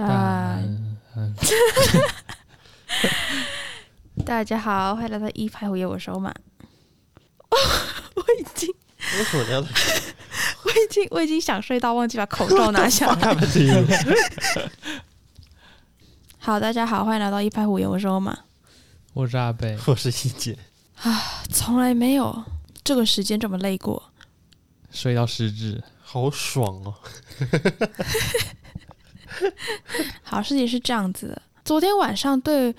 啊嗯大家好，欢迎来到一派胡言我手马。我已经，为什么你要 我已经，我已经想睡到忘记把口罩拿下看不清？好，大家好，欢迎来到一派胡言我手马。我是阿贝，我是一姐，从来没有这个时间这么累过。睡到失智。好爽哦！好，事情是这样子的，昨天晚上对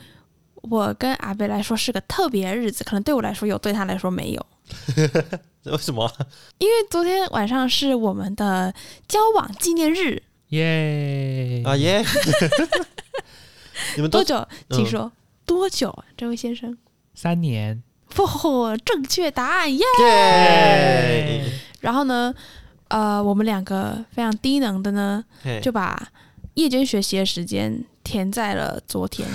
我跟阿贝来说是个特别日子，可能对我来说有，对他来说没有。为什么？因为昨天晚上是我们的交往纪念日，耶、啊耶！ 你们多都久？请说、多久啊，这位先生？三年，不、正确答案耶！耶？然后呢，呃，我们两个非常低能的呢，嘿就把夜间学习的时间填在了昨天。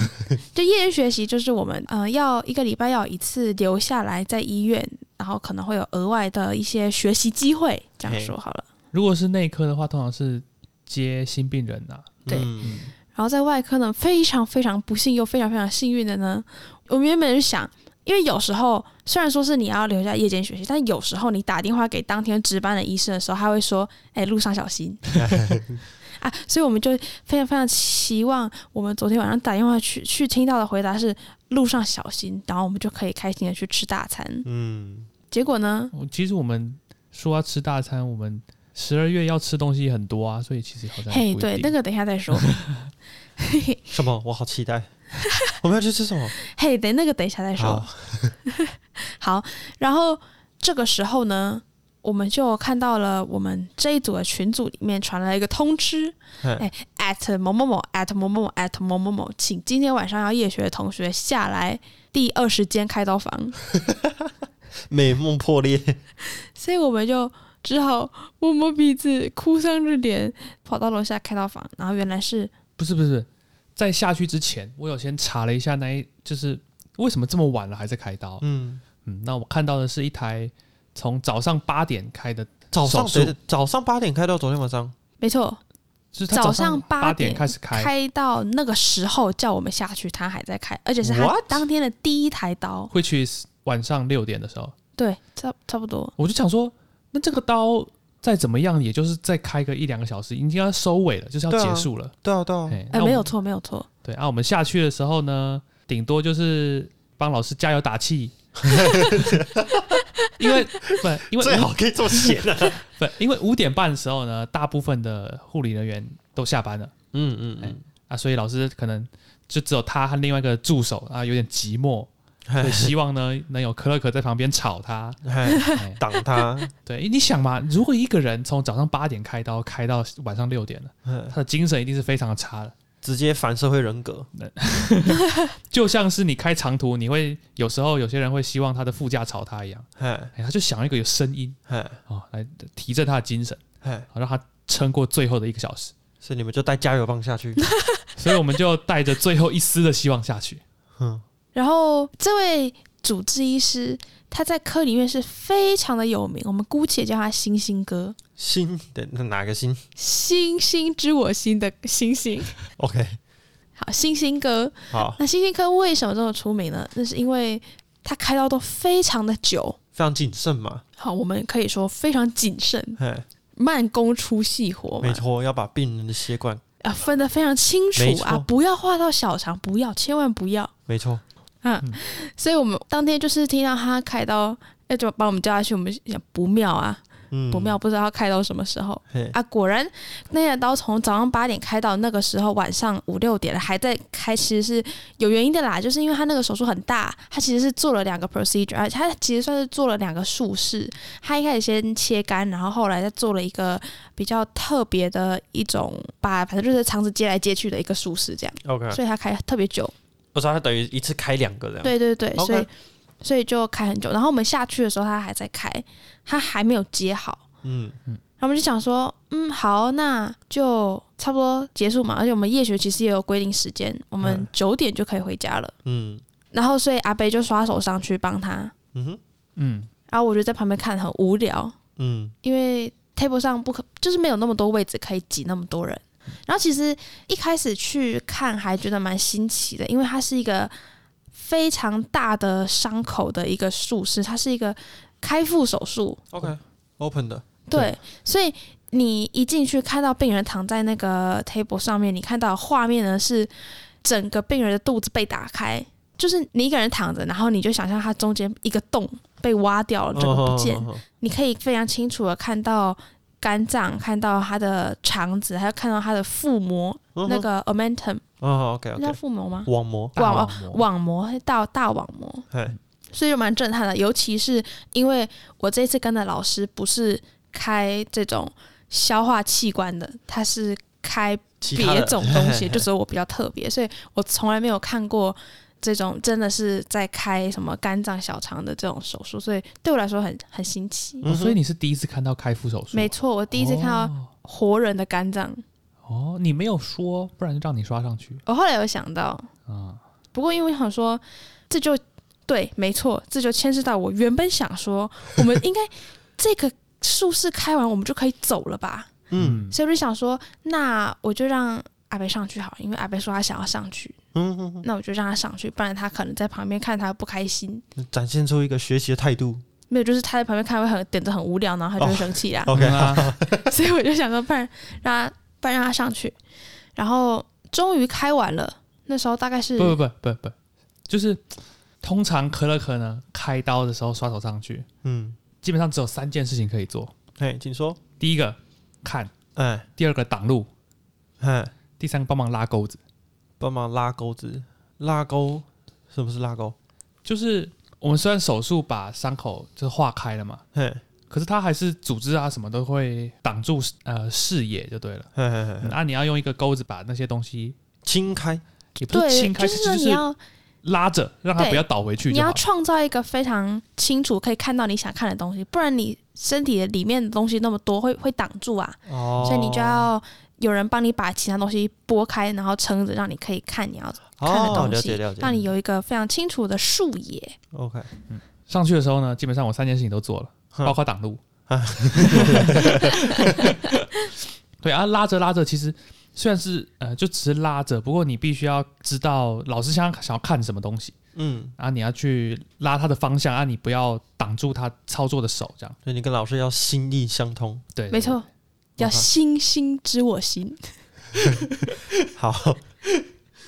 就夜间学习，就是我们呃要一个礼拜要有一次留下来在医院，然后可能会有额外的一些学习机会，这样嘿说好了。如果是内科的话，通常是接新病人啊呐、对嗯然后在外科呢，非常非常不幸又非常非常幸运的呢，我们原本是想，因为有时候虽然说是你要留下夜间学习，但有时候你打电话给当天值班的医生的时候，他会说：“哎、路上小 心。”啊，所以我们就非常非常期望我们昨天晚上打电话去去听到的回答是“路上小心”，然后我们就可以开心的去吃大餐。嗯，结果呢，我其实我们说要吃大餐，我们十二月要吃东西很多啊，所以其实好像嘿，不一对，定那个等一下再说。什么？我好期待， 我们要去吃什么？嘿，等那个等一下再说。好， 好，然后这个时候呢，我们就看到了我们这一组的群组里面传来一个通知哎嘿 at 某某某 at 某某某 at 某某某，请今天晚上要夜学的同学下来第二十间开刀房， 美梦破裂，所以我们就。只好摸摸鼻子，哭丧着脸跑到楼下开刀房，然后原来是不是不是，在下去之前，我有先查了一下那一，就是为什么这么晚了还在开刀？嗯，嗯，那我看到的是一台从早上八点开的，早上手术对对早上八点开到昨天晚上，没错，就是它早上上八八点开始开，开到那个时候叫我们下去，他还在开，而且是他 What？当天的第一台刀，会去晚上六点的时候，对，差差不多，我就想说，那这个刀再怎么样，也就是再开个一两个小时，已经要收尾了，就是要对啊结束了。对啊对啊，哎哎、没有。错，没有错，那我们对啊，我们下去的时候呢，顶多就是帮老师加油打气， 因为不，因为最五好可以做闲啊的，不，因为五点半的时候呢，大部分的护理人员都下班了 嗯嗯嗯哎啊，所以老师可能就只有他和另外一个助手啊，有点寂 寞，所以希望呢能有可乐可在旁边吵他。哎，哎挡他，对，你想嘛，如果一个人从早上八点开刀开到晚上六点了，哎他的精神一定是非常的差的。直接反社会人格，就像是你开长途，你会有时候有些人会希望他的副驾吵他一样，哎哎，他就想要一个有声音哎啊、哦来提振他的精神，哎，好让他撑过最后的一个小时。所以你们就带加油棒下 去，所以我们就带着最后一丝的希望下去。嗯，然后这位主治医师，他在科里面是非常的有名，我们姑且叫他星星哥，心的那哪个心星星知我心的星星。 ？OK，好，星星哥，好，那星星哥为什么这么出名呢？那是因为他开刀都非常的久，非常谨慎嘛，好，我们可以说非常谨慎，哎，慢工出细活没嘛，错，要把病人的血管，啊，分得非常清楚没错啊，不要画到小肠，不要，千万不要。没错，嗯嗯，所以我们当天就是听到他开刀，要就把我们叫下去，我们想不妙啊，嗯，不妙，，不知道要开到什么时候、嘿，啊！果然那把刀从早上八点开到那个时候晚上五六点了，还在开，其实是有原因的啦，就是因为他那个手术很大，他其实是做了两个 procedure，而且他其实算是做了两个术式，他一开始先切肝，然后后来再做了一个比较特别的一种，把反正就是肠子接来接去的一个术式这样， OK，所以他开特别久。我说他等于一次开两个这样，，对对对， OK 所以所以就开很久。然后我们下去的时候，他还在开，他还没有接好。嗯，然后我们就想说，嗯，好，那就差不多结束嘛。而且我们夜学其实也有规定时间，我们嗯九点就可以回家了。嗯然后所以阿贝就刷手上去帮他， 嗯哼嗯，然后我就在旁边看很无聊，嗯因为 table 上不可就是没有那么多位置可以挤那么多人。然后其实一开始去看还觉得蛮新奇的，因为它是一个非常大的伤口的一个术式，它是一个开腹手术， OK，open 的，对，所以你一进去看到病人躺在那个 table 上面，你看到的画面呢是整个病人的肚子被打开，就是你一个人躺着，然后你就想象它中间一个洞被挖掉了，整哦个不见，嗯嗯嗯嗯你可以非常清楚的看到肝脏，看到它的肠子，还有看到它的腹膜，嗯那个 omentum，哦，OK 那叫 OK，腹膜吗？网膜，大网膜网膜到大网膜，嘿，所以就蛮震撼的。尤其是因为我这次跟的老师不是开这种消化器官的，他是开其他别的种东 西，就只有我比较特别，所以我从来没有看过这种真的是在开什么肝脏、小肠的这种手术，所以对我来说很很新奇。嗯哦哼所以你是第一次看到开腹手术？啊没错，我第一次看到哦活人的肝脏，哦，你没有说，不然就让你刷上去我后来有想到，啊。不过因为我想说，这就对，没错，这就牵涉到我原本想说，我们应该这个术式开完，我们就可以走了吧？嗯所以我就想说，那我就让阿北上去好了，因为阿北说他想要上去，嗯嗯那我就让他上去，不然他可能在旁边看他不开心，嗯，展现出一个学习的态度。没有，就是他在旁边看会很点的很无聊，然后他就会生气啊。 OK，嗯啊所以我就想说，不然让他，不然让他上去。然后终于开完了，那时候大概是不不不不不，就是通常可乐可呢开刀的时候刷手上去，嗯，基本上只有三件事情可以做：嘿，请说。第一个看，哎第二个挡路，哎，第三个帮忙拉钩子。帮忙拉钩子，拉钩，什么是拉钩？就是我们虽然手术把伤口就是化开了嘛，嘿，可是它还是组织啊什么都会挡住呃视野就对了。嘿嘿嘿那、嘿，啊、你要用一个钩子把那些东西轻开。也不是对，清就开，是其说实你就是要拉着让它不要倒回去你就好要。创造一个非常清楚可以看到你想看的东西，不然你身体的里面的东西那么多会会挡住啊，哦所以你就要有人帮你把其他东西拨开，然后撑着，让你可以看你要看的哦，东了西，解了解。让你有一个非常清楚的视野。 OK，上去的时候呢，基本上我三件事情都做了，哼包括挡路。 对啊，拉着拉着，其实虽然是呃，就只是拉着，不过你必须要知道老师想想要看什么东西，嗯，啊，你要去拉他的方向啊，你不要挡住他操作的手，这样所以你跟老师要心意相 通。对，没错，对要星星知我心。好，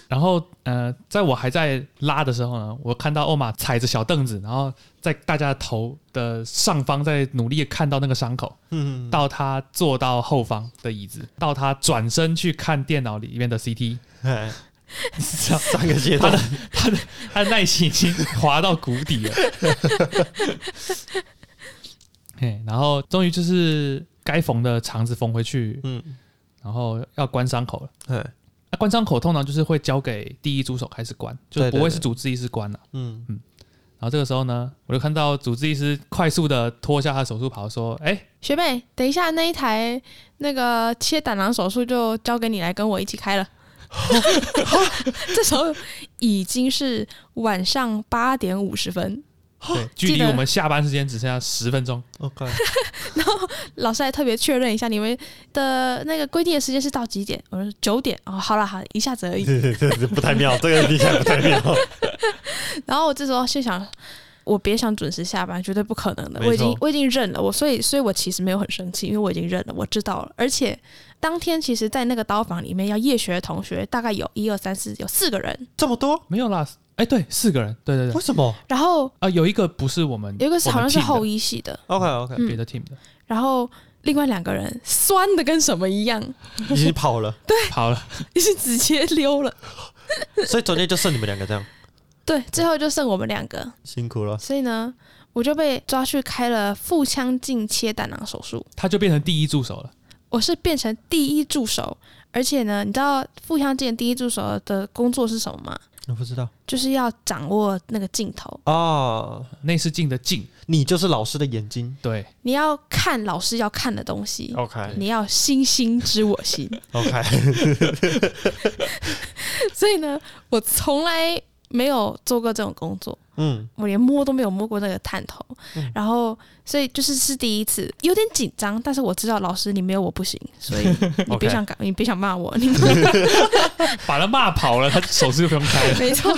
然后呃，在我还在拉的时候呢，我看到欧玛踩着小凳子，然后在大家的头的上方在努力地看到那个伤口，嗯，到他坐到后方的椅子，到他转身去看电脑里面的 CT，嘿这样三个阶他段的。他的他的耐心已经滑到谷 底了。嘿，然后终于就是该缝的肠子缝回去，嗯，然后要关伤口了。嘿，那、关伤口通常就是会交给第一助手开始关，就是对对不会是对主治医师关了、嗯，然后这个时候呢，我就看到主治医师快速的脱下他的手术袍，说：“哎、学妹，等一下那一台那个切胆囊手术就交给你来跟我一起开 了。 这时候已经是晚上八点五十分，对，距记离得我们下班时间只剩下十分钟。 OK，老师还特别确认一下你们的那个规定的时间是到几点？我说九点哦，好了好，一下子而已。 这不太妙，这个听起来不太妙。然后我这时候就想，我别想准时下班，绝对不可能的。没错我已经我已经认了，我所以所以我其实没有很生气，因为我已经认了，我知道了。而且当天其实，在那个刀房里面要夜学的同学大概有一二三四有四个人， 这么多，没有啦，哎、对，四个人，对对对，为什么然后啊、有一个不是我们，有一个是好像是我后们医系的， ？OK OK，嗯 team 的别的 team 的，然后另外两个人酸的跟什么一样，已经跑了，好了，就是直接溜了。 所以昨天就剩你们两个这样，对，最后就剩我们两个，辛苦了。所以呢，我就被抓去开了腹腔镜切胆囊手术。他就变成第一助手了。我是变成第一助手，而且呢，你知道腹腔镜第一助手的工作是什么吗？我不知道就是要掌握那个镜头，哦，内视镜的镜，你就是老师的眼睛。对，你要看老师要看的东西，哦 OK 你要星星知我心。 OK，所以呢，我从来没有做过这种工作， 嗯，我连摸都没有摸过那个探头，嗯然后所以就是是第一次，有点紧张，但是我知道老师你没有我不行，所以你 OK 别想搞，你别想骂我，你把他骂跑了，他手势就不用开 了。没错，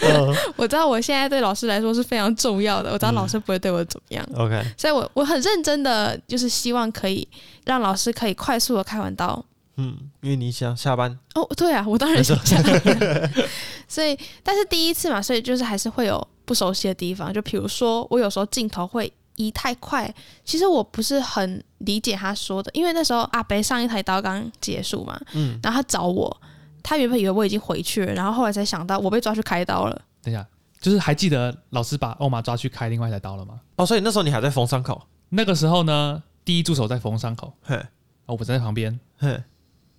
嗯我知道我现在对老师来说是非常重要的，我知道老师不会对我怎么样， ，OK，所以我我很认真的就是希望可以让老师可以快速的开完刀，嗯，因为你想下班，哦，对啊，我当然是这样。 所以，但是第一次嘛，所以就是还是会有不熟悉的地方。就比如说，我有时候镜头会移太快，其实我不是很理解他说的，因为那时候阿北上一台刀刚结束嘛，嗯，然后他找我，他原本以为我已经回去了，然后后来才想到我被抓去开刀了。等一下，就是还记得老师把欧玛抓去开另外一台刀了吗？哦，所以那时候你还在缝伤口，那个时候呢，第一助手在缝伤口，哦嘿，我们在旁边。嘿，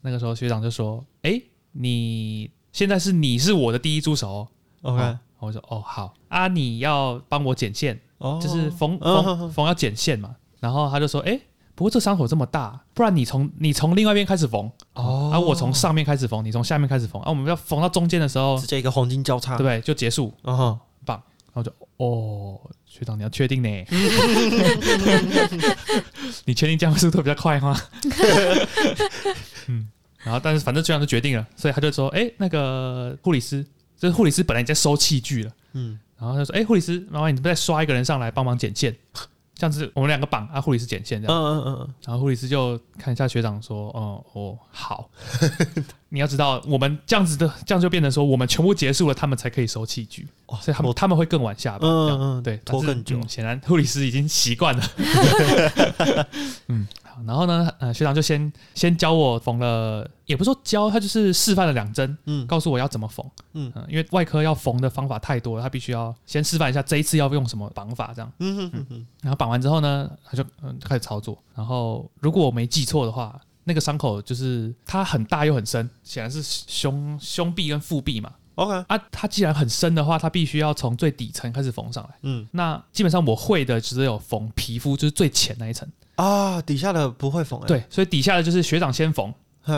那个时候学长就说：“哎、你现在是你是我的第一助手哦。” OK，哦我说：“哦，好啊，你要帮我剪线，哦，就是缝嗯缝缝要剪线嘛。”然后他就说：“哎、不过这伤口这么大，不然你从你从另外一边开始缝，哦啊，我从上面开始缝，你从下面开始缝，啊，我们要缝到中间的时候直，接一个黄金交叉，对不，对？就结束。嗯哼，然后就哦，学长你要确定呢？你确定这样速度比较快吗？嗯，然后但是反正学长就决定了，所以他就说，哎、那个护理师，就是护理师本来已经在收器具了，嗯，然后他就说，哎、护理师，麻烦你再刷一个人上来帮忙剪线，这样子我们两个绑啊，护理师剪线这嗯样，嗯嗯然后护理师就看一下学长说，哦、哦，好， 你要知道我们这样子的，这样就变成说我们全部结束了，他们才可以收器具，嗯，所以他们他们会更晚下班，嗯这样嗯嗯，对，但拖是更久嗯，显然护理师已经习惯了。 嗯，好，然后呢，呃，学长就先先教我缝了，也不是说教，他就是示范了两针，嗯告诉我要怎么缝。嗯嗯、因为外科要缝的方法太多了，他必须要先示范一下这一次要用什么绑法，这样。嗯哼哼哼，然后绑完之后呢，他就嗯开始操作。然后如果我没记错的话，那个伤口就是它很大又很深，显然是胸胸壁跟腹壁嘛。 ，OK，啊，它既然很深的话，它必须要从最底层开始缝上来。嗯那基本上我会的只有缝皮肤，就是最浅那一层。啊，底下的不会缝，欸，对，所以底下的就是学长先缝，嘿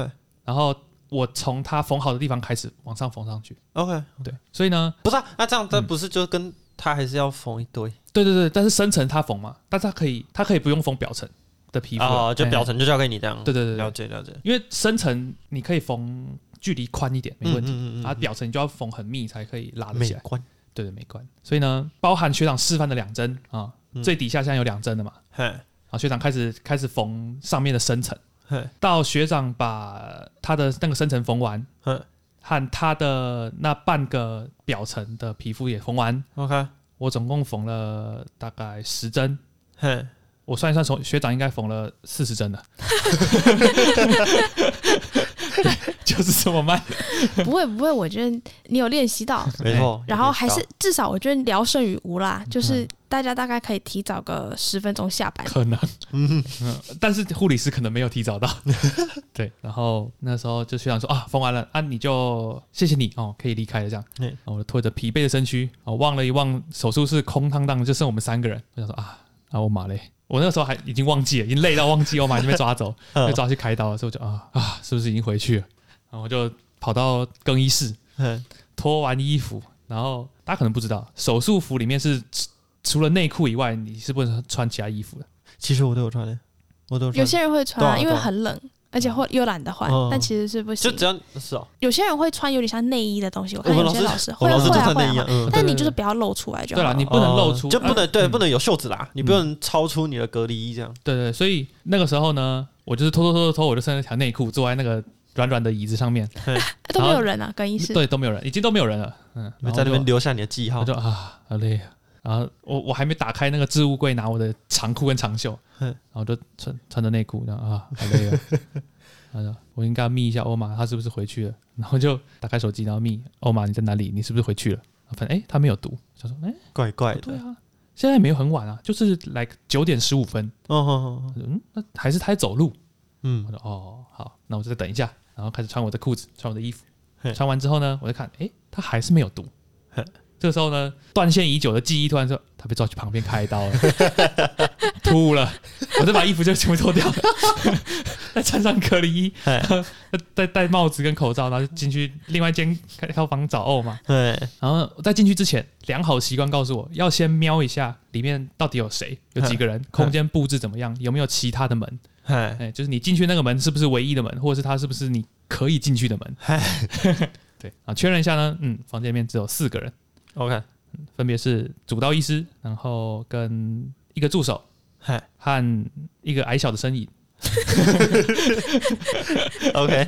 然后我从他缝好的地方开始往上缝上去。 ，OK，对，所以呢，不是啊，那这样他嗯不是就跟他还是要缝一堆对对对，但是深层他缝嘛，但是他可以，他可以不用缝表层的皮肤哦，就表层。层就交给你这样，对对对对了解了解，因为深层你可以缝距离宽一点，没问题。嗯嗯嗯嗯啊，表层你就要缝很密才可以拉得美起来，观，对对，没关。所以呢，包含学长示范的两针啊，嗯最底下现在有两针的嘛，嘿，然后学长开始开始缝上面的深层，嘿，到学长把他的那个深层缝完嗯，和他的那半个表层的皮肤也缝完， ，OK，我总共缝了大概十针。嘿，我算一算，从学长应该缝了四十针了， 就是这么慢。不会不会，我觉得你有练习到，没错，然后还是至少我觉得聊胜于无啦，就是大家大概可以提早个十分钟下班。可能， 嗯，但是护理师可能没有提早到， 对。然后那时候就学长说啊，缝完了啊，你就谢谢你哦，可以离开了这样。嗯然后我拖着疲惫的身躯，哦，望了一望手术室空荡荡的，就剩我们三个人。我想说啊，啊我马嘞，我那时候还已经忘记了，已经累到忘记哦我马已经被抓走，嗯被抓去开刀了，所以我就啊啊，是不是已经回去了？然后我就跑到更衣室，嘿，脱完衣服，然后大家可能不知道，手术服里面是除除了内裤以外，你是不能穿其他衣服的。其实我都有穿的，我都有穿，些人会穿、对啊啊，因为对啊很冷，而且会又懒得换，嗯但其实是不就行。只要是哦，有些人会穿有点像内衣的东西，我我看们有老些师老师我会啊老师会就啊穿会内衣啊啊，，嗯。但你就是不要露出来就好对了。了，你不能露哦出，就不能对，嗯不能有袖子啦，你不能超出你的隔离衣这样。对对，所以那个时候呢，我就是偷偷偷偷偷，我就剩了条内裤，坐在那个软软的椅子上面，啊都没有人啊，更衣室。对，都没有人，已经都没有人了，嗯，你然后在那边就留下你的记号我。就啊，好累啊，然后我我还没打开那个置物柜拿我的长裤跟长袖，嗯然后就穿穿着内裤，然后啊，好累啊， 他说我应该密一下欧玛，他是不是回去了？然后就打开手机，然后密欧玛你在哪里？你是不是回去了？反正哎，他没有读，想说哎，怪怪对的。啊，现在也没有很晚啊，就是来九点十五分，哦哦哦，我说嗯，那还是他在走路。我嗯，说哦，好，那我就再等一下，然后开始穿我的裤子，穿我的衣服嘿。穿完之后呢，我就看，诶，他还是没有毒嘿。这时候 呢，断线已久的记忆突然说，他被抓去旁边开刀了，吐了，我就把衣服就全部脱掉， 再穿上隔离衣，哎再 戴帽子跟口罩，然后就进去另外一间开票房找欧嘛。哎然后在进去之前，良好习惯告诉我要先瞄一下里面到底有谁，有几个人，空间布置怎么样，有没有其他的门。哎哎，就是你进去那个门是不是唯一的门，或者是它是不是你可以进去的门？哎 对啊，确认一下呢，嗯，房间里面只有四个人， ，OK，分别是主刀医师，然后跟一个助手嗨和一个矮小的身影， ，OK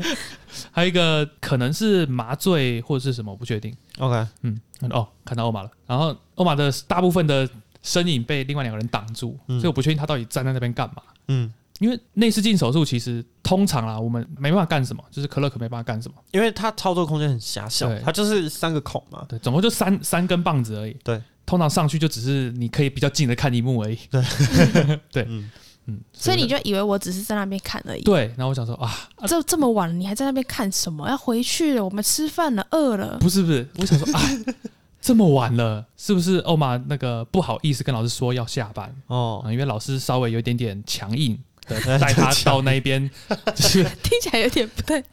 还有一个可能是麻醉或者是什么，我不确定。 OK，嗯，哦，看到欧玛了。然后欧玛的大部分的身影被另外两个人挡住，嗯所以我不确定他到底站在那边干嘛。嗯，因为内视镜手术其实通常啦，我们没办法干什么，就是可乐可没办法干什么，因为它操作空间很狭小对，它就是三个孔嘛，对，总共就三三根棒子而已。对，通常上去就只是你可以比较近的看一幕而已。 嗯，嗯，所以你我就以为我只是在那边看而已。对，然后我想说啊，这这么晚了，你还在那边看什么？要回去了，我们吃饭了，饿了。 不是不是，我想说啊，这么晚了，是不是欧玛那个不好意思跟老师说要下班？哦，啊，因为老师稍微有一点点强硬的带他到那边，就是听起来有点不对。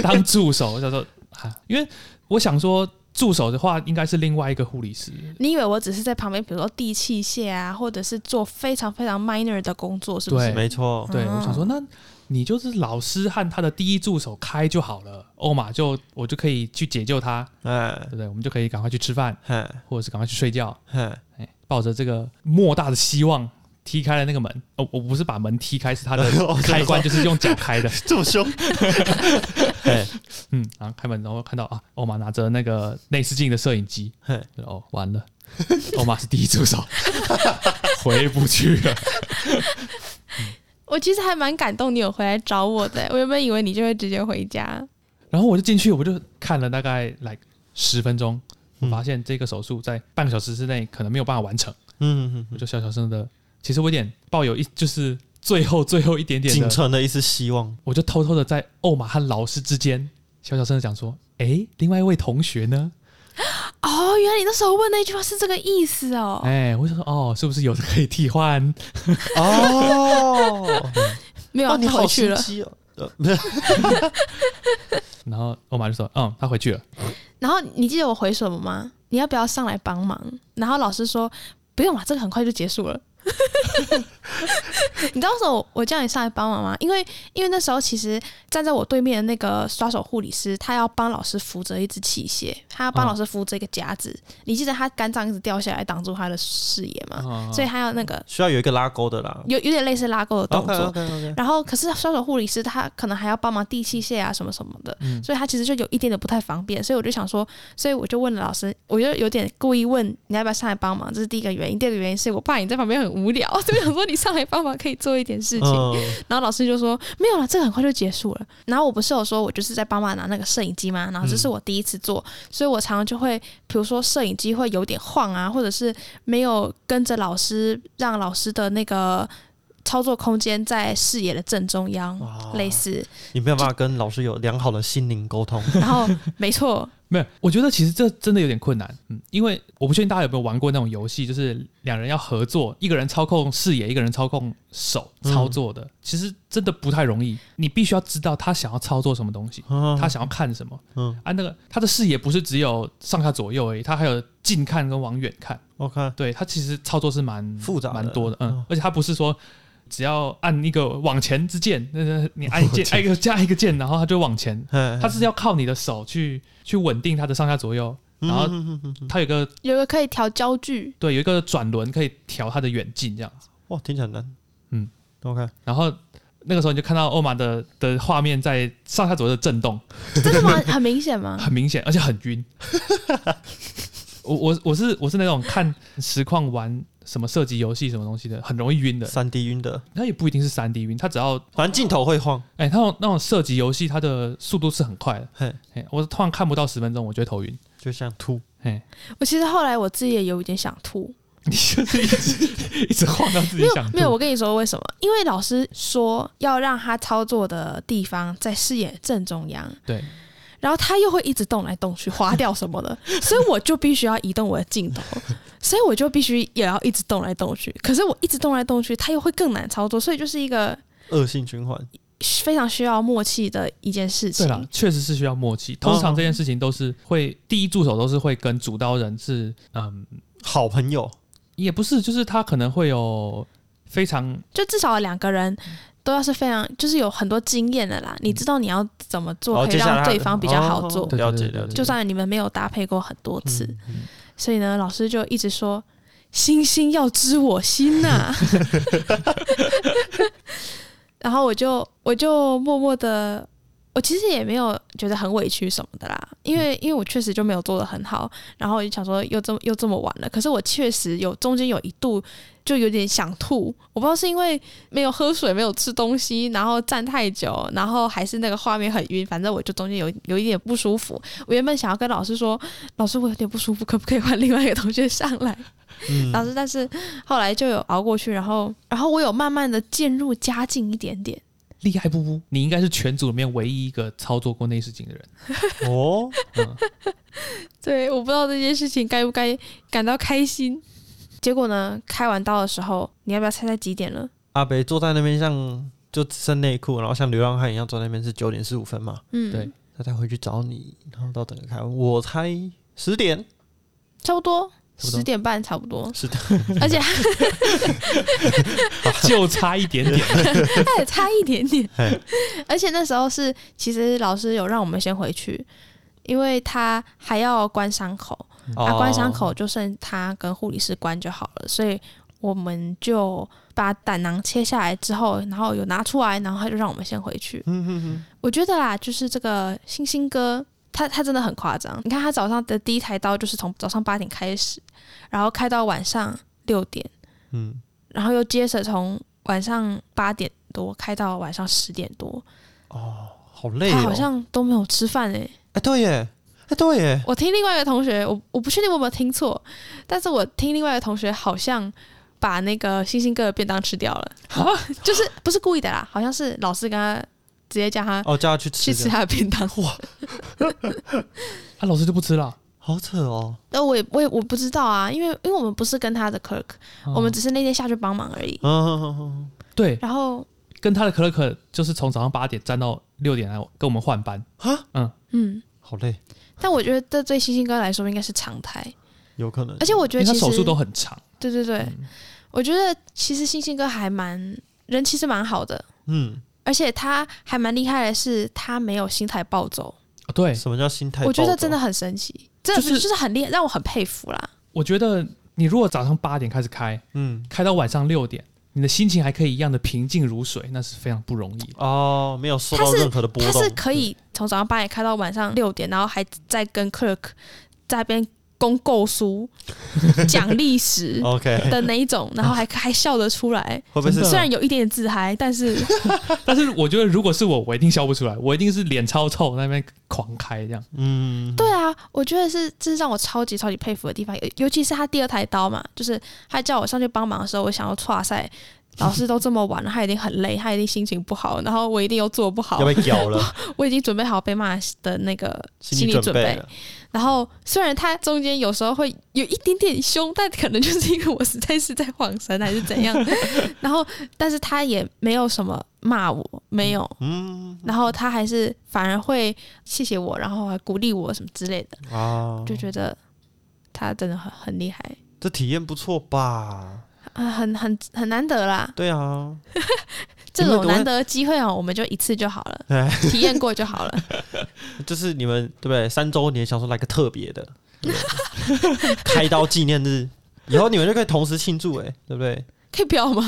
当助手，叫做啊，因为我想说助手的话应该是另外一个护理师，你以为我只是在旁边，比如说递器械啊，或者是做非常非常 minor 的工作，是不是？对没错，对啊我想说那。你就是老师和他的第一助手开就好了，欧玛就我就可以去解救他，哎对不对？我们就可以赶快去吃饭，哎或者是赶快去睡觉，哎，哎，抱着这个莫大的希望踢开了那个门。哦，我不是把门踢开，是它哦的这么开关就说是用脚开的。这么 凶，哎嗯，然后开门，然后看到啊，欧玛拿着那个内视镜的摄影机，嘿就哦，完了， 欧玛是第一助手， 回不去了。我其实还蛮感动，你有回来找我的。我原本以为你就会直接回家。然后我就进去，我就看了大概来十分钟，我嗯发现这个手术在半个小时之内可能没有办法完成，嗯嗯我嗯，就小小声的，其实我有点抱有一就是最后最后一点点仅的，存的一丝希望，我就偷偷的在欧玛和老师之间小小声的讲说，诶，另外一位同学呢？哦，原来你那时候问那句话是这个意思哦。哎，我就说哦，是不是有的可以替换？哦，没有，哦，你啊他回好去心了。机哦，呃不是，然后欧玛就说，嗯，他回去了。然后你记得我回什么吗？你要不要上来帮忙？然后老师说不用了，这个很快就结束了。 你知道为什么我我叫你上来帮忙吗？因为因为那时候其实站在我对面的那个刷手护理师，他要帮老师扶着一只器械，他要帮嗯老师扶着一个夹子。你记得他肝脏一直掉下来挡住他的视野哦吗？啊所以他要那个需要有一个拉钩的啦。有有点类似拉钩的动 OK 作。 OK OK，然后可是双手护理师他可能还要帮忙递器械啊什么什么的，嗯所以他其实就有一点点不太方便，所以我就想说，所以我就问了老师，我就有点故意问你要不要上来帮忙，这是第一个原因。第二个原因是我怕你在旁边很无聊， 所以我想说你上来帮忙可以做一点事情。嗯然后老师就说没有了，这个很快就结束了。然后我不是有说我就是在帮忙拿那个摄影机吗？然后这是我第一次做，所以我常常就会，比如说摄影机会有点晃啊，或者是没有跟着老师，让老师的那个操作空间在视野的正中央，哇类似。你没有办法跟老师有良好的心灵沟 通。然后没错，没有，我觉得其实这真的有点困难，嗯，因为我不确定大家有没有玩过那种游戏，就是两人要合作，一个人操控视野，一个人操控手嗯操作的，其实真的不太容易。你必须要知道他想要操作什么东西，嗯他想要看什么嗯啊。那个他的视野不是只有上下左右而已，他还有近看跟往远看。 ，OK，对他其实操作是蛮复杂的蛮多的，嗯，嗯而且他不是说只要按一个往前之键，那那你按一 键，按一个加一个键，然后他就往前。他嗯他是要靠你的手去去稳定它的上下左右，嗯然后它有一个有个可以调焦距，对有一个转轮可以调它的远近这样子。哇，听起来很难。嗯，OK，然后那个时候你就看到欧玛的的画面在上下左右的震动，真的吗？很明显吗？很 明显，而且很晕。我我我是我是那种看实况玩什么射击游戏什么东西的，很容易晕的。三 D 晕的，它也不一定是三 D 晕，它只要反正镜头会晃。哎，它那种那种射击游戏，它的速度是很快的。嘿，哎，我通常看不到十分钟，我就会头晕。就像吐， 哎，我其实后来我自己也有一点想吐，你就是一直一直晃到自己没有想吐没有，我跟你说为什么？因为老师说要让他操作的地方在视野正中央，对， 然后他又会一直动来动去，划掉什么的，所以我就必须要移动我的镜头。所以我就必须也要一直动来动去。可是我一直动来动去，它又会更难操作，所以就是一个恶性循环。非常需要默契的一件事情。嗯对啦，确实是需要默契。通常这件事情都是会第一助手都是会跟主刀人是嗯，好朋友也不是，就是他可能会有非常就至少两个人都要是非常，就是有很多经验的啦。你知道你要怎么做，哦可以接下来让对方比较好哦做。对了解对对了解就算你们没有搭配过很多次，嗯嗯所以呢，老师就一直说：“星星要知我心呐、 然后我就我就默默的，我其实也没有觉得很委屈什么的啦，因嗯为因为我确实就没有做的很好，然后我就想说又这么又这么晚了，可是我确实有中间有一度就有点想吐，我不知道是因为没有喝水、没有吃东西，然后站太久，然后还是那个画面很晕，反正我就中间有有一点不舒服。我原本想要跟老师说，老师我有点不舒服，可不可以换另外一个同学上来？嗯老师，但是后来就有熬过去，然后然后我有慢慢的渐入佳境一点点。厉害不不，你应该是全组里面唯一一个操作过内视镜的人。哦，嗯，对，我不知道这件事情该不该感到开心。结果呢，开完刀的时候，你要不要猜猜几点了？阿北坐在那边像就只剩内裤，然后像流浪汉一样坐在那边是九点十五分嘛，嗯，对，他再回去找你，然后到等着开完，我猜十点，。差不多差不多十点半，差不多是的，而且 就差一点点。 还差一点点嘿。而且那时候是，其实老师有让我们先回去，因为他还要关伤口，他、哦嗯关伤口就剩他跟护理师关就好了，所以我们就把胆囊切下来之后，然后有拿出来，然后他就让我们先回去。嗯哼哼，我觉得啦，就是这个星星哥，他他真的很夸张。你看他早上的第一台刀就是从早上八点开始，然后开到晚上六点。嗯，然后又接着从晚上八点多开到晚上十点多，好累哦，他好像都没有吃饭诶、欸哎、对耶，哎、对 耶，我听另外一个同学，我我不确定我有没有听错，但是我听另外一个同学好像把那个星星哥的便当吃 掉了，就是不是故意的啦，好像是老师跟他哦直接叫他哦，叫他去吃去的，吃他的便当。 哇，啊，老师就不吃了。好扯哦，那呃我也我也我不知道啊，因为因为我们不是跟他的 clerk，、嗯我们只是那天下去帮忙而已。嗯，对，然后跟他的可乐可就是从早上八点站到六点来跟我们换班。嗯，好累，但我觉得这对星星哥来说应该是常态，有可能而，且我觉因得为他其实手术都很长，对对对，嗯我觉得其实星星哥还蛮人其实蛮好的，嗯，而且他还蛮厉害的是，他没有心态暴走，啊对，什么叫心态暴我走？觉得真的很神奇，这就是就是很厉害，让我很佩服啦。我觉得你如果早上八点开始开，嗯，开到晚上六点，你的心情还可以一样的平静如水，那是非常不容易的。哦，没有受他到是任何的波他动，是可以从早上八点开到晚上六点，然后还在跟 clerk 在那边公购 书、讲历史 OK， 的那一种，然后还还笑得出来。哦会不会是真的虽然有一点点自嗨，但是但是我觉得如果是我，我一定笑不出来，我一定是脸超臭在那边狂开这样。嗯，对啊，我觉得是这是让我超级超级佩服的地方，尤尤其是他第二台刀嘛，就是他叫我上去帮忙的时候，我想要哇塞，老师都这么晚了，他一定很累，他一定心情不好，然后我一定又做不好要，被咬了，我已经准备好被骂的那个 心理准准备备。了，然后虽然他中间有时候会有一点点凶，但可能就是因为我实在是在晃神还是怎 样，然后但是他也没有什么骂我，没有，嗯然后他还是反而会谢谢我，然后还鼓励我什么之类的。啊，就觉得他真的很很厉害， 这体验不错吧？啊，很很很难得啦。对啊，这你种们难得的机会哦，我们就一次就好了，哎，体验过就好 了。就是你们对不对？三周年想说来个特别的，对 不对开刀纪念日，以后你们就可以同时庆祝、哎，对不对？可以不要 吗？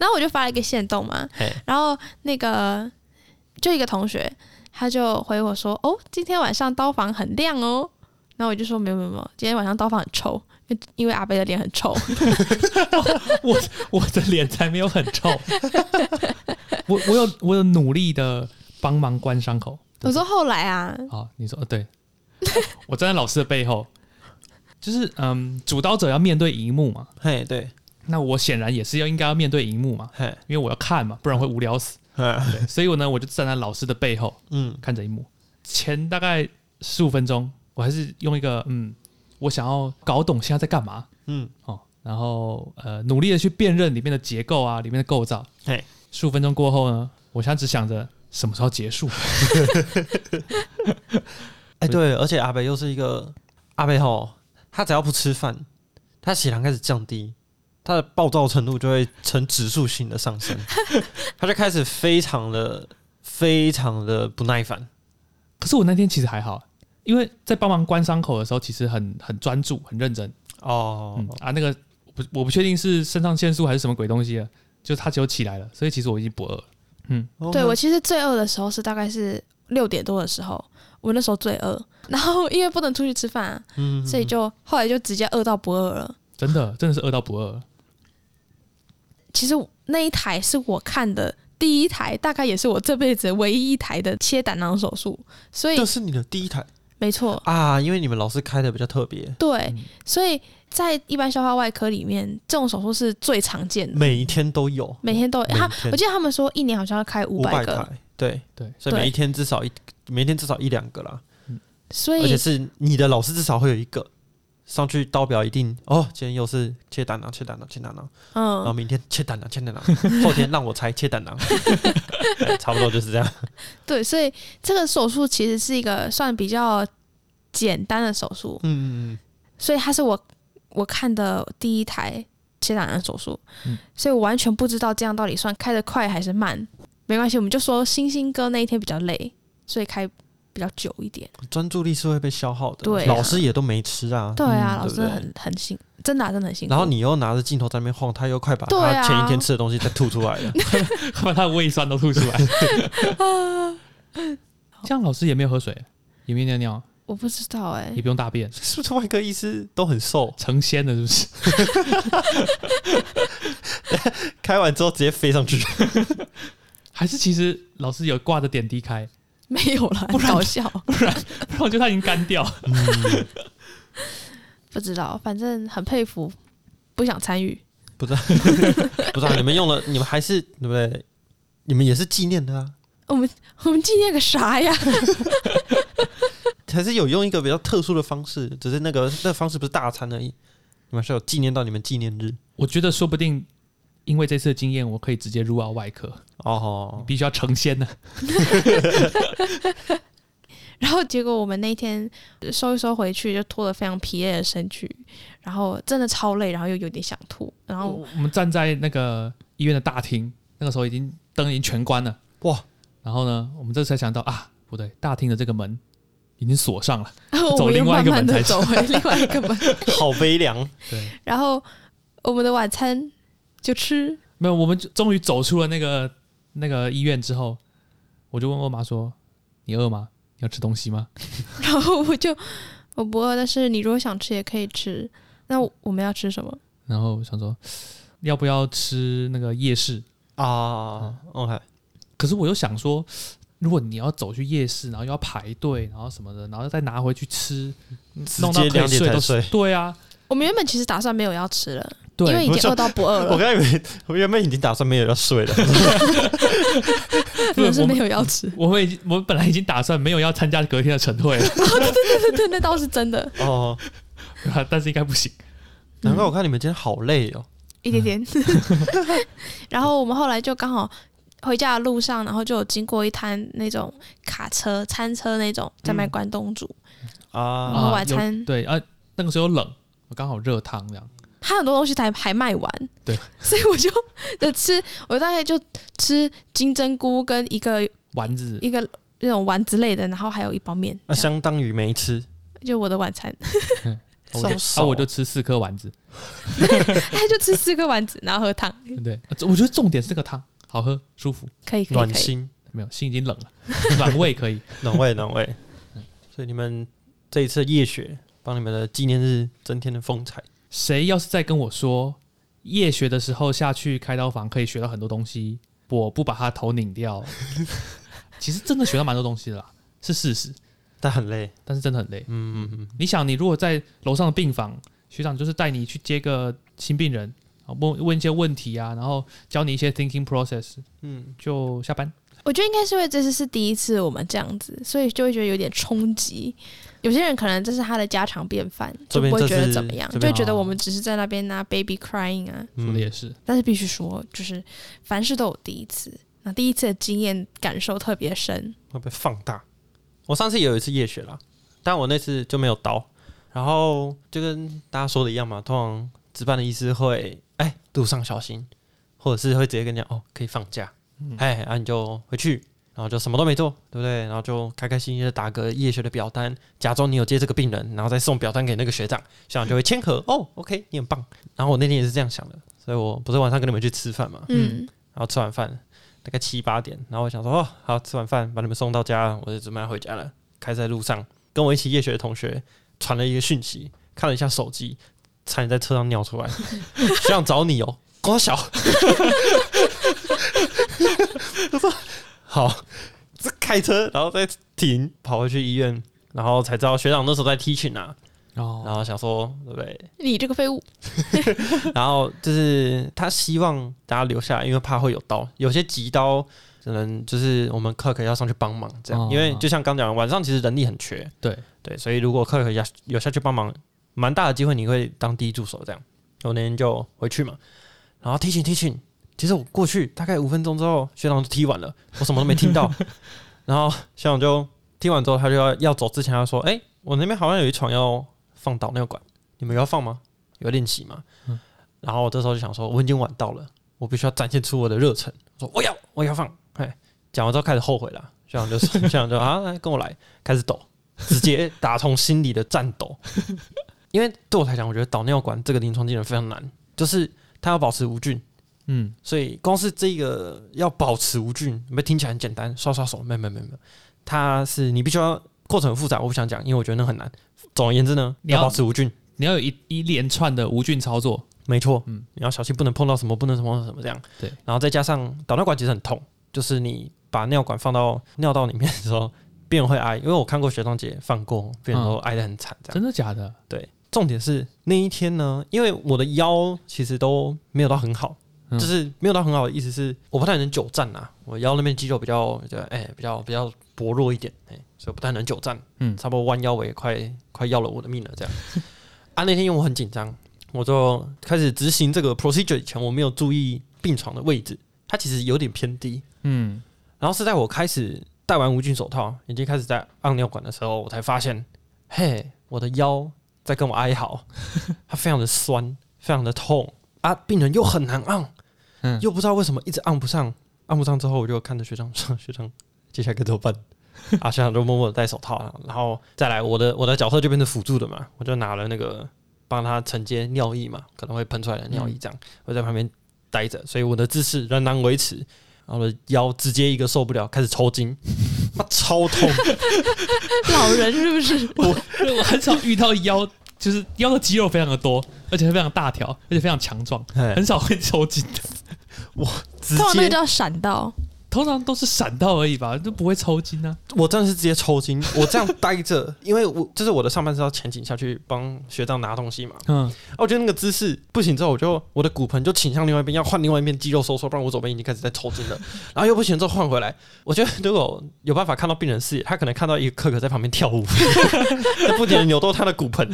然后我就发了一个线动嘛嘿，然后那个就一个同学他就回我说：“哦，今天晚上刀房很亮哦。”然后我就说：“没有没有没有，今天晚上刀房很臭，因为因为阿贝的脸很 臭。我我的脸才没有很臭，我我有我有努力的帮忙关伤口。”我说：“后来啊，啊，你说呃对，我站在老师的背后，就是嗯，主导者要面对荧幕嘛，嘿，对，那我显然也是要应该要面对荧幕嘛，嘿，因为我要看嘛，不然会无聊死。嘿对，所以我呢，我就站在老师的背后嗯，看着荧幕。前大概十五分钟，我还是用一个嗯，我想要搞懂现在在干嘛嗯，哦，然后呃，努力的去辨认里面的结构啊，里面的构造。嘿，十五分钟过后呢，我现在只想着什么时候结束。哎、对，而且阿北又是一个阿北吼，他只要不吃饭，他血糖开始降低，他的暴躁程度就会呈指数性的上 升，他就开始非常的非常的不耐烦。可是我那天其实还好，因为在帮忙关伤口的时候，其实很很专注、很认真。哦嗯啊，那个不，我不确定是肾上腺素还是什么鬼东西了，就它只有起来了，所以其实我已经不饿了。哦对我其实最饿的时候是大概是六点多的时候，我那时候最饿，然后因为不能出去吃饭、啊，嗯所以就后来就直接饿到不饿了。真 的，真的是饿到不饿了。其实那一台是我看的第一台，大概也是我这辈子唯一一台的切胆囊手术，所以这是你的第一台没错，啊，因为你们老师开的比较特别，对嗯，所以在一般消化外科里面，这种手术是最常见的，每一天都有嗯每天都有。每他天我记得他们说一年好像要开五五百百个，台，对对所以每对一天至少一每一天至少一两个啦，所而以且是你的老师至少会有一个。上去刀表一定哦，今天又是切胆囊，切胆囊，切胆囊，然后嗯，明天切胆囊，切胆囊， 后天让我猜切胆囊，对 差不多就是这 样。对，所以这个手术其实是一个算比较简单的手术，嗯嗯所以它是我我看的第一台切胆囊手术，嗯所以我完全不知道这样到底算开的快还是慢。没关系，我们就说星星哥那一天比较累，所以开比较久一点。嗯，专注力是会被消耗的，对啊老师也都没吃啊。对啊，嗯老师对不对很很辛，真的啊、真的很辛苦。然后你又拿着镜头在那边晃，他又快把对啊他前一天吃的东西再吐出 来了。 把他的胃酸都吐出来。 这样老师也没有喝水，也没有尿尿，我不知道哎、也不用大便，是不是外科医师都很瘦？成仙了是不是？开完之后直接飞上去，还是其实老师有挂着点滴开， 没有啦，不然搞笑，不然我觉得他已经干掉。不知道，反正很佩服，不想参与。 不是、啊？你们用了，你们还是对不对？你们也是纪念的啊，我们我们纪念个啥呀？还是有用一个比较特殊的方式，只是那个那个方式不是大餐而已，你们还是有纪念到你们纪念日 我觉得说不定因为这次的经验，我可以直接入奥外科，哦。必须要成仙呢。然后结果我们那天收一收回去，就拖着非常疲累的身躯，然后真的超累，然后又有点想吐，然后我们站在那个医院的大厅，那个时候已经灯已经全关了，哇！然后呢，我们这才想到啊，不对，大厅的这个门已经锁上了。 我哦走们又另慢外一个慢门的才走回另外一个 门，好悲凉，对，然后我们的晚餐就吃，没有，我们终于走出了那个那个医院之后，我就问我妈说：“你饿吗？你要吃东西吗然后我就我不饿，但是你如果想吃也可以吃。那我们要吃什么？？”然后我想说，要不要吃那个夜市？啊，OK，可是我又想说，如果你要走去夜市，然后又要排队，然后什么的，然后再拿回去吃，直弄到接可两以点睡才都睡。对啊，我们原本其实打算没有要吃了，因为对，已我经就饿到不饿我了，刚以为我原本已经打算没有要睡了，真的是我没们有要吃。 我们已经我们本来已经打算没有要参加隔天的晨会了， 对对，那倒是真的， 哦，对吧但是应该不行。难怪我看你们今天好累哦。一点点。 然后我们后来就刚好回家的路上，然后就有经过一摊那种卡车、餐车那种在卖关东煮，我啊们啊晚餐对啊，那个时候冷，我刚好热汤这样。它很多东西才还卖完。对， 所以我就就吃，我大概就吃金针菇跟一个丸子一个那种丸子类的，然后还有一包面，啊那这样啊相当于没吃，就我的晚餐。嗯 我就少少啊，我就吃四颗丸子，他就吃四个丸子，然后喝汤，对不对？啊这我觉得重点是这个汤好喝舒服，可以可以暖可以。心、没有心已经冷 了，暖胃可以。暖胃、暖胃。所以你们这一次夜雪帮你们的纪念日增添了风采。谁要是再跟我说夜学的时候下去开刀房可以学到很多东西，我不把他头拧掉， 其实真的学到蛮多东西的啦，是事实，但很累，但是真的很累。嗯嗯嗯，你想，你如果在楼上的病房，学长就是带你去接个新病人，啊问问一些问题啊，然后教你一些 thinking process，嗯，就下班。我觉得应该是因为这次是第一次我们这样子，所以就会觉得有点冲击。有些人可能这是他的家常便饭，这就边不会觉这得是怎么样，这就边哦会觉得我们只是在那边拿 baby crying 啊。说的嗯，也是，但是必须说，就是凡事都有第一次，那第一次的经验感受特别深。会被放大。我上次也有一次夜学啦，但我那次就没有刀。然后就跟大家说的一样嘛，通常值班的医师会哎路上小心，或者是会直接跟你讲哦可以放假，哎、啊你就回去，然后就什么都没做，对不对？然后就开开心心的打个夜学的表单，假装你有接这个病人，然后再送表单给那个学长，学长就会签合哦，OK 你很棒。然后我那天也是这样想的，所以我不是晚上跟你们去吃饭嘛，嗯，然后吃完饭大概七八点，然后我想说哦，好，吃完饭把你们送到家了，我就准备要回家了。开在路上，跟我一起夜学的同学传了一个讯息，看了一下手机，差点在车上尿出来，想找你哦，光小。我说好，这开车，然后再停，跑回去医院，然后才知道学长那时候在 T 群啊，哦，然后想说对不对？你这个废物，然后就是他希望大家留下来，因为怕会有刀，有些急刀可能就是我们 clerk 要上去帮忙这样，哦因为就像刚讲的，晚上其实人力很缺，对对，所以如果 clerk 要有下去帮忙，蛮大的机会你会当第一助手这样。我那天就回去嘛，然后踢醒踢醒，其实我过去大概五分钟之后，学长就踢完了，我什么都没听到，然后学长就踢完之后，他就要要走之前，他说：“哎、我那边好像有一床要放导尿管，你们有要放吗？有练习吗？”然后我这时候就想说，我已经晚到了，我必须要展现出我的热忱，我说我要我要放。哎，讲完之后开始后悔了，学长就说学长就啊，来跟我来，开始抖，直接打从心里的 战斗。因为对我来讲，我觉得导尿管这个临床技能非常难，就是它要保持无菌，嗯，所以光是这个要保持无菌，你们听起来很简单，刷刷手，没有没有没有没有，它是你必须要过程很复杂，我不想讲，因为我觉得那很难。总而言之呢，你要要保持无菌，你要有一一连串的无菌操作，没错，嗯嗯，你要小心，不能碰到什么，不能什么什么这样。对，然后再加上导尿管其实很痛，就是你把尿管放到尿道里面的时候，病人会挨，因为我看过学长姐放过，病嗯人都挨得很惨这样。真的假的？对，重点是那一天呢，因为我的腰其实都没有到很好，嗯就是没有到很好的意思是我不太能久站啊，我腰那边肌肉比较比较哎、比较比较薄弱一点哎、所以我不太能久站，嗯嗯，差不多弯腰我也快快要了我的命了这样。 啊，那天因为我很紧张，我就开始执行这个 procedure 以前，我没有注意病床的位置，它其实有点偏低，嗯，然后是在我开始戴完无菌手套，已经开始在按尿管的时候，我才发现，嘿，我的腰在跟我哀嚎，它非常的酸，非常的痛啊！病人又很难按，嗯又不知道为什么一直按不上，按不上之后，我就看着学长说：“学长，接下来该怎么办？”啊，学长就默默的戴手套了，然后再来我的我的角色就变成辅助的嘛，我就拿了那个帮他承接尿液嘛，可能会喷出来的尿液这样，我在旁边待着，所以我的姿势仍然维持，然后我的腰直接一个受不了，开始抽筋，妈超痛，老人是不是？ 我很少遇到腰，就是腰的肌肉非常的多，而且非常大条，而且非常强壮，嘿很少会抽筋的，直通常那接叫闪到，通常都是闪到而已吧，都不会抽筋啊。我真的是直接抽筋，我这样待着，因为我就是我的上半身要前倾下去帮学长拿东西嘛，嗯，啊，我觉得那个姿势不行之后，我就我的骨盆就倾向另外一边，要换另外一边肌肉收缩，不然我左边已经开始在抽筋了。然后又不行之后换回来，我觉得如果有办法看到病人视野，他可能看到一个可可在旁边跳舞，他不停的扭动他的骨盆。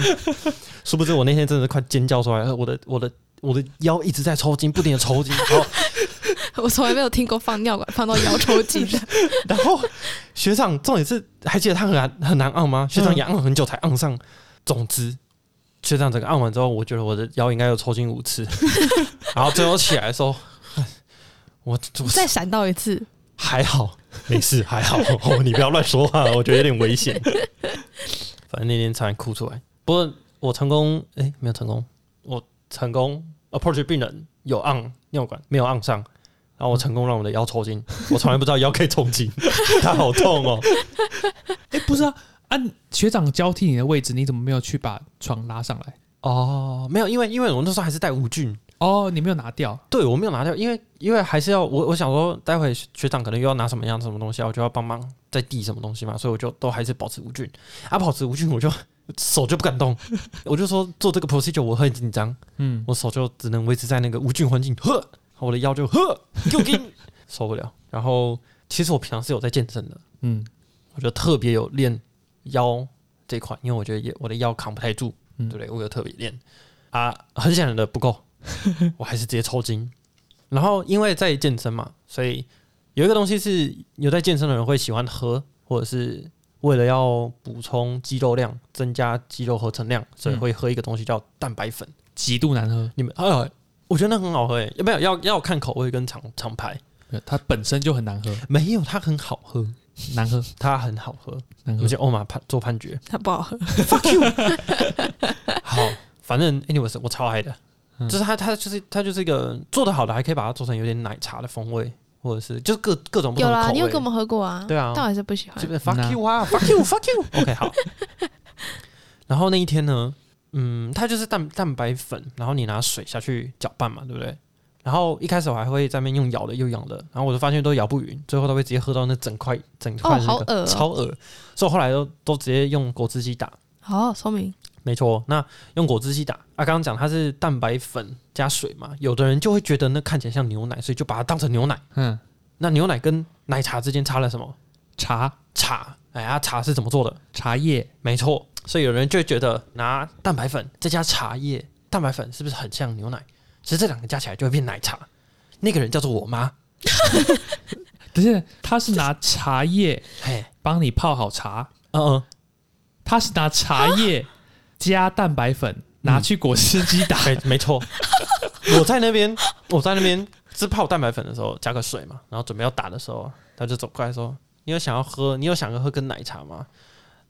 殊不知我那天真的是快尖叫出来了，呃我的我的我的腰一直在抽筋，不停的抽筋，然后我从来没有听过放尿管放到腰抽筋的。然后学长，重点是还记得他很难很难按吗？学长也按了很久才按上。总之，学长整个按完之后，我觉得我的腰应该有抽筋五次。然后最后起来的时候， 我 我再闪到一次，还好，没事，还好。 哦你不要乱说话，我觉得有点危 险。反正那天差点哭出来。不过我成功，哎、没有成功，我成功 approach 病人有按尿管，没有按上。然后我成功让我的腰抽筋，我从来不知道腰可以抽 筋，它好痛哦。哎、不是啊，按学长交替你的位置，你怎么没有去把床拉上来？哦，没有，因为因为我那时候还是带无菌，哦，你没有拿掉，对我没有拿掉，因为因为还是要我我想说，待会学长可能又要拿什么样什么东西啊，我就要帮忙再递什么东西嘛，所以我就都还是保持无菌啊，保持无菌我就 手就不敢动，我就说做这个 procedure 我很紧张，嗯，我手就只能维持在那个无菌环境，呵，我的腰就呵，又紧，受不了。然后其实我平常是有在健身的，嗯我就特别有练腰这一块，因为我觉得也我的腰扛不太住，嗯对不对？我有特别练啊，很显然的不够，我还是直接抽筋。然后因为在健身嘛，所以有一个东西是有在健身的人会喜欢喝，或者是为了要补充肌肉量、增加肌肉合成量，所以会喝一个东西叫蛋白粉。极度难喝，你们哎呦，我觉得那很好喝诶、要不要要要看口味跟厂厂牌？它本身就很难 喝，没有，它很好喝，难喝，它很好喝。难我喝们。先欧马判做判决。它不好喝。好，反正 anyways 我超爱的，嗯就是它它就是它就是一个做的好的，还可以把它做成有点奶茶的风味，或者是就是各各种不有同的口啦，味。你有跟我们喝过啊？对啊但我还是不喜欢是。不是嗯啊 fuck you 啊，fuck you，fuck you，OK 好。然后那一天呢，嗯，它就是蛋蛋白粉，然后你拿水下去搅拌嘛，对不对？然后一开始我还会在那边用咬的又咬的，然后我就发现都咬不匀，最后都会直接喝到那整块整块哦那好个、恶哦超恶，所以我后来都都直接用果汁机打，好聪明，没错，那用果汁机打啊，刚刚讲它是蛋白粉加水嘛，有的人就会觉得那看起来像牛奶，所以就把它当成牛奶。嗯，那牛奶跟奶茶之间差了什么？茶茶，哎呀，茶是怎么做的？茶叶，没错，所以有人就会觉得拿蛋白粉再加茶叶，蛋白粉是不是很像牛奶？其实这两个加起来就会变奶茶。那个人叫做我妈，等一下他是拿茶叶嘿，帮你泡好茶，嗯嗯，他是拿茶啊叶加蛋白嗯粉拿去果汁机打，没没错，我在那边，我在那边是泡蛋白粉的时候加个水嘛，然后准备要打的时候，他就走过来说：“你有想要喝？你有想要喝跟奶茶吗？”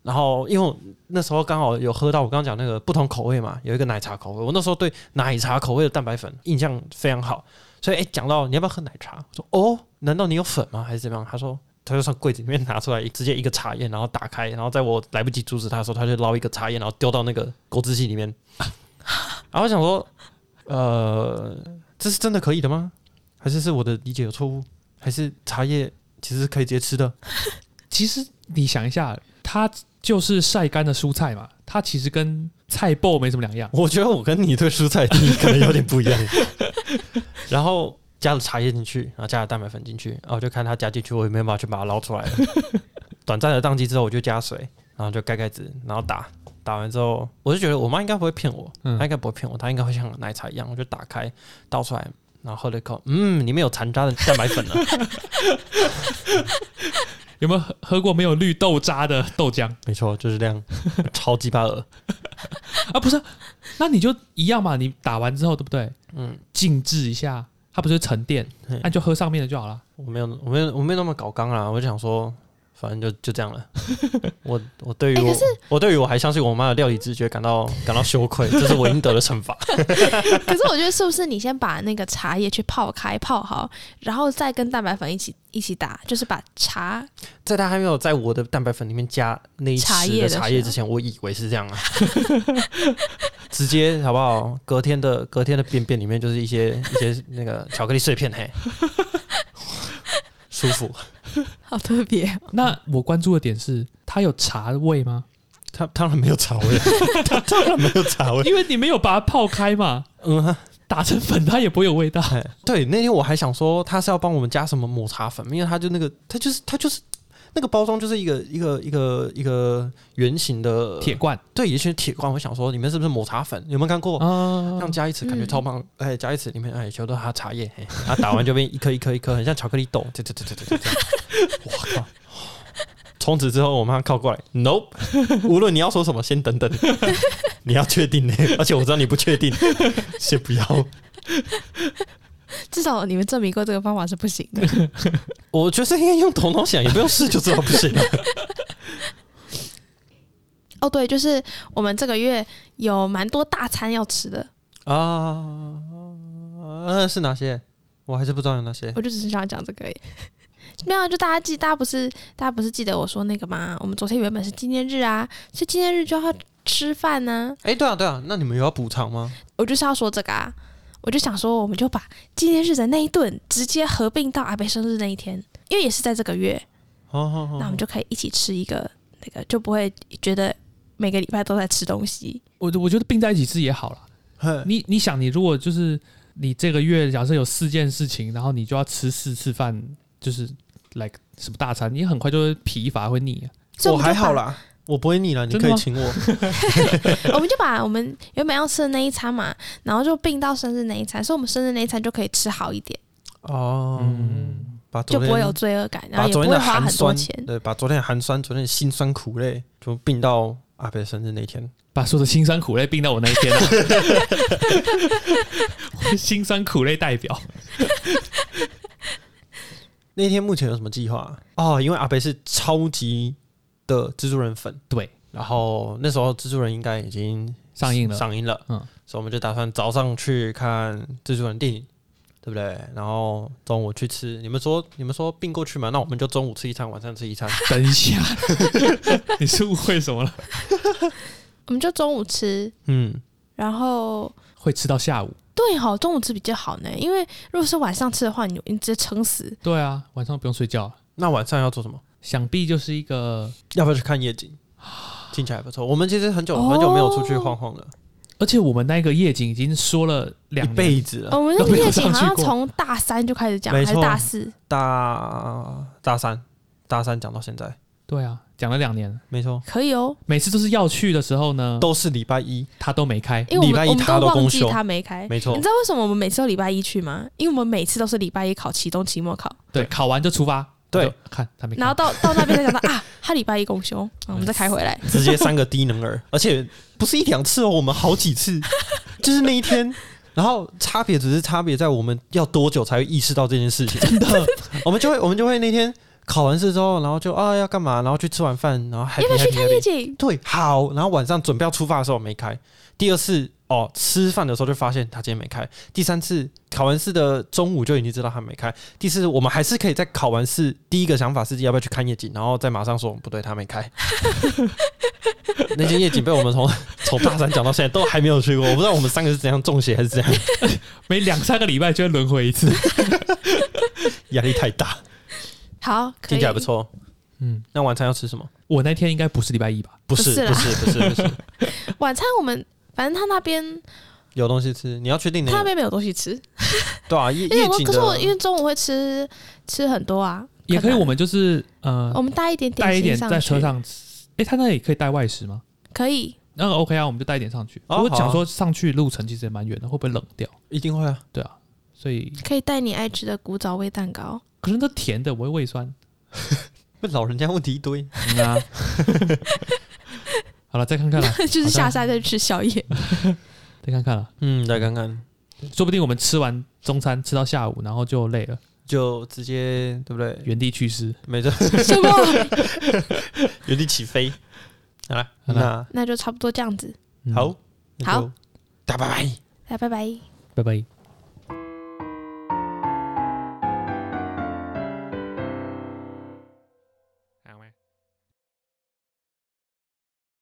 然后因为我那时候刚好有喝到我刚刚讲那个不同口味嘛，有一个奶茶口味，我那时候对奶茶口味的蛋白粉印象非常好，所以诶讲到你要不要喝奶茶，我说：“哦，难道你有粉吗？还是怎么样？”他说。他就从柜子里面拿出来，直接一个茶叶，然后打开，然后在我来不及阻止他的时候，他就捞一个茶叶，然后丢到那个果汁机里面。然后我想说，呃，这是真的可以的吗？还是是我的理解有错误？还是茶叶其实是可以直接吃的？其实你想一下，它就是晒干的蔬菜嘛，它其实跟菜爆没什么两样。我觉得我跟你对蔬菜定义可能有点不一样。然后加了茶叶进去，然后加了蛋白粉进去，然后就看它加进去，我也没有办法去把它捞出来了。短暂的宕机之后，我就加水，然后就盖盖子，然后打。打完之后，我就觉得我妈应该不会骗我，嗯她应该不会骗我，她应该会像奶茶一样，我就打开倒出来，然后喝了一口，嗯，里面有残渣的蛋白粉了。啊有没有喝喝过没有绿豆渣的豆浆没错，就是这样，超级巴尔。啊？不是啊，那你就一样嘛，你打完之后对不对？嗯，静置一下，它不是沉淀，嘿那、你就喝上面的就好了。我没有，我没有，我没有那么搞刚啦。我就想说，反正就就这样了。我我对于哎我，可是我对于我还相信我妈的料理直觉感到感到羞愧，这是我应得的惩罚。可是我觉得是不是你先把那个茶叶去泡开泡好，然后再跟蛋白粉一起一起打，就是把茶在她还没有在我的蛋白粉里面加那一茶匙叶的的茶时叶候之前，我以为是这样啊。 直接好不好？隔天的隔天的便便里面就是一些一些那个巧克力碎片，嘿，舒服。好特别， 那我关注的点是，它有茶味吗？他当然没有茶味， 他当然没有茶 味。因为你没有把它泡开嘛，嗯， 打成粉它也不会有味道。哎，对，那天我还想说他是要帮我们加什么抹茶粉，因为他就那个，他就是他就是那个包装就是一个一个一个一个圆形的铁，罐对，也是铁罐。我想说里面是不是抹茶粉？有没有看过？啊像，加一匙感觉超棒，哎，加一匙里面哎全部都是它茶叶，哎，它打完就变一 颗一颗一颗，很像巧克力豆，对对对对对对对，我靠！从此之后，我妈靠过来，nope，无论你要说什么，先等等， 你要确定呢，哎而且我知道你不确定，先不要。至少你们证明过这个方法是不行的。我觉得应该用头脑啊想，也不用试就知道不 行了。哦，对，就是我们这个月有蛮多大餐要吃的，啊，呃是哪些？我还是不知道有哪些。我就只是想讲这个而已。没有，就大家记，大家不是大家不是记得我说那个吗？我们昨天原本是纪念日啊，所以纪念日就要吃饭呢、哎、对啊，对啊，那你们有要补偿吗？我就是要说这个啊，我就想说，我们就把纪念日的那一顿直接合并到阿贝生日那一天，因为也是在这个月，好好好那我们就可以一起吃一个那个，就不会觉得每个礼拜都在吃东西。我我觉得并在一起吃也好啦。嘿你你想，你如果就是你这个月假设有四件事情，然后你就要吃四次饭，就是 like 什么大餐，你很快就会疲乏会腻、啊。所以我们就还好把啦，我不会腻了，你真可的以吗请我。我们就把我们原本要吃的那一餐嘛，然后就并到生日那一餐，所以我们生日那一餐就可以吃好一点，哦，嗯把就昨不天会有罪恶感，然把后也不昨天会的花寒很多酸钱，。对，把昨天的寒酸、昨天的辛酸苦累，就并到阿北生日那天。把所有的辛酸苦累并到我那一天、啊，我是 辛酸苦累代表。那天目前有什么计划啊、哦，因为阿北是超级的蜘蛛人粉，对，然后那时候蜘蛛人应该已经上映了上映了，嗯嗯，所以我们就打算早上去看蜘蛛人电影，对不对？然后中午去吃，你们说你们说并过去嘛，那我们就中午吃一餐，晚上吃一 餐，等一下， 你是误会什么了？我们就中午吃，嗯，然后会吃到下午？对哈、中午吃比较好呢，因为如果是晚上吃的话，你你直接撑死。对啊，晚上不用睡觉啊，那晚上要做什么？想必就是一个。要不要去看夜景？听起来不错。我们其实很久很久没有出去晃晃了，而且我们那个夜景已经说了一两年辈子了。我们那都个没有夜景好上像去过从大三就开始讲，没还是错大四？大大三，大三讲到现在，对啊，讲了两年，没错，可以哦，每次都是要去的时候呢，都是礼拜一，他都没开。因为我礼拜们一我们他都都忘公记休他没开。没错你知。道为什么我们每次都礼拜一去吗？因为我们每次都是礼拜一考期中、期末考，对，考完就出发。对我就，看他没开。然后 到到那边才想到啊，他礼拜一公休，啊我们再开回来。直接三个低能儿，而且不是一两次哦，我们好 几次，就是那一天。然后差别只是差别在我们要多久才会意识到这件 事情。真的，我们就会我们就会那天考完试之后，然后就啊要干嘛，然后去吃完饭，然后哎还要不要去看夜景？对，好，然后晚上准备要出发的时候没开，第二次哦吃饭的时候就发现他今天没开，第三次考完试的中午就已经知道他没开，第四次我们还是可以在考完试第一个想法是要不要去看夜景，然后再马上说不对，他没开。那些夜景被我们从从大三讲到现在都还没有去过，我不知道我们三个是怎样中邪还是怎样，每两三个礼拜就会轮回一 次。压力太大。好，可听以起来不。错。嗯，那晚餐要吃什么？我那天应该不是礼拜一吧？不是是，啦不是，不是，不是，晚餐我们反正他那边有东西吃。你要确定的他，那边没有东西吃，对啊，夜因为夜我景可是我因的为中午会吃吃很多啊，也可以，能我们就是呃我，们带一点点带一点心在去车上吃。诶，他那里可以带外食吗？可以。那 OK 啊，我们就带一点上去。哦我想好啊说上去路程其实也蛮远的，会不会冷掉？一定会啊。对啊，所以可以带你爱吃的古早味蛋糕， 可是那甜的我会胃酸。问老人家问题一堆，嗯啊， 好了，再看看了，就是好像下山再吃宵 夜。 再看看了，嗯，来看看，说不定我们吃完中餐吃到下午，然后就累了，就直接对不对？原地去世。 没错，什么？ 原地起飞。好了，好啦那那就差不多这样子，嗯好，那就好，大拜拜。来，拜拜。拜拜。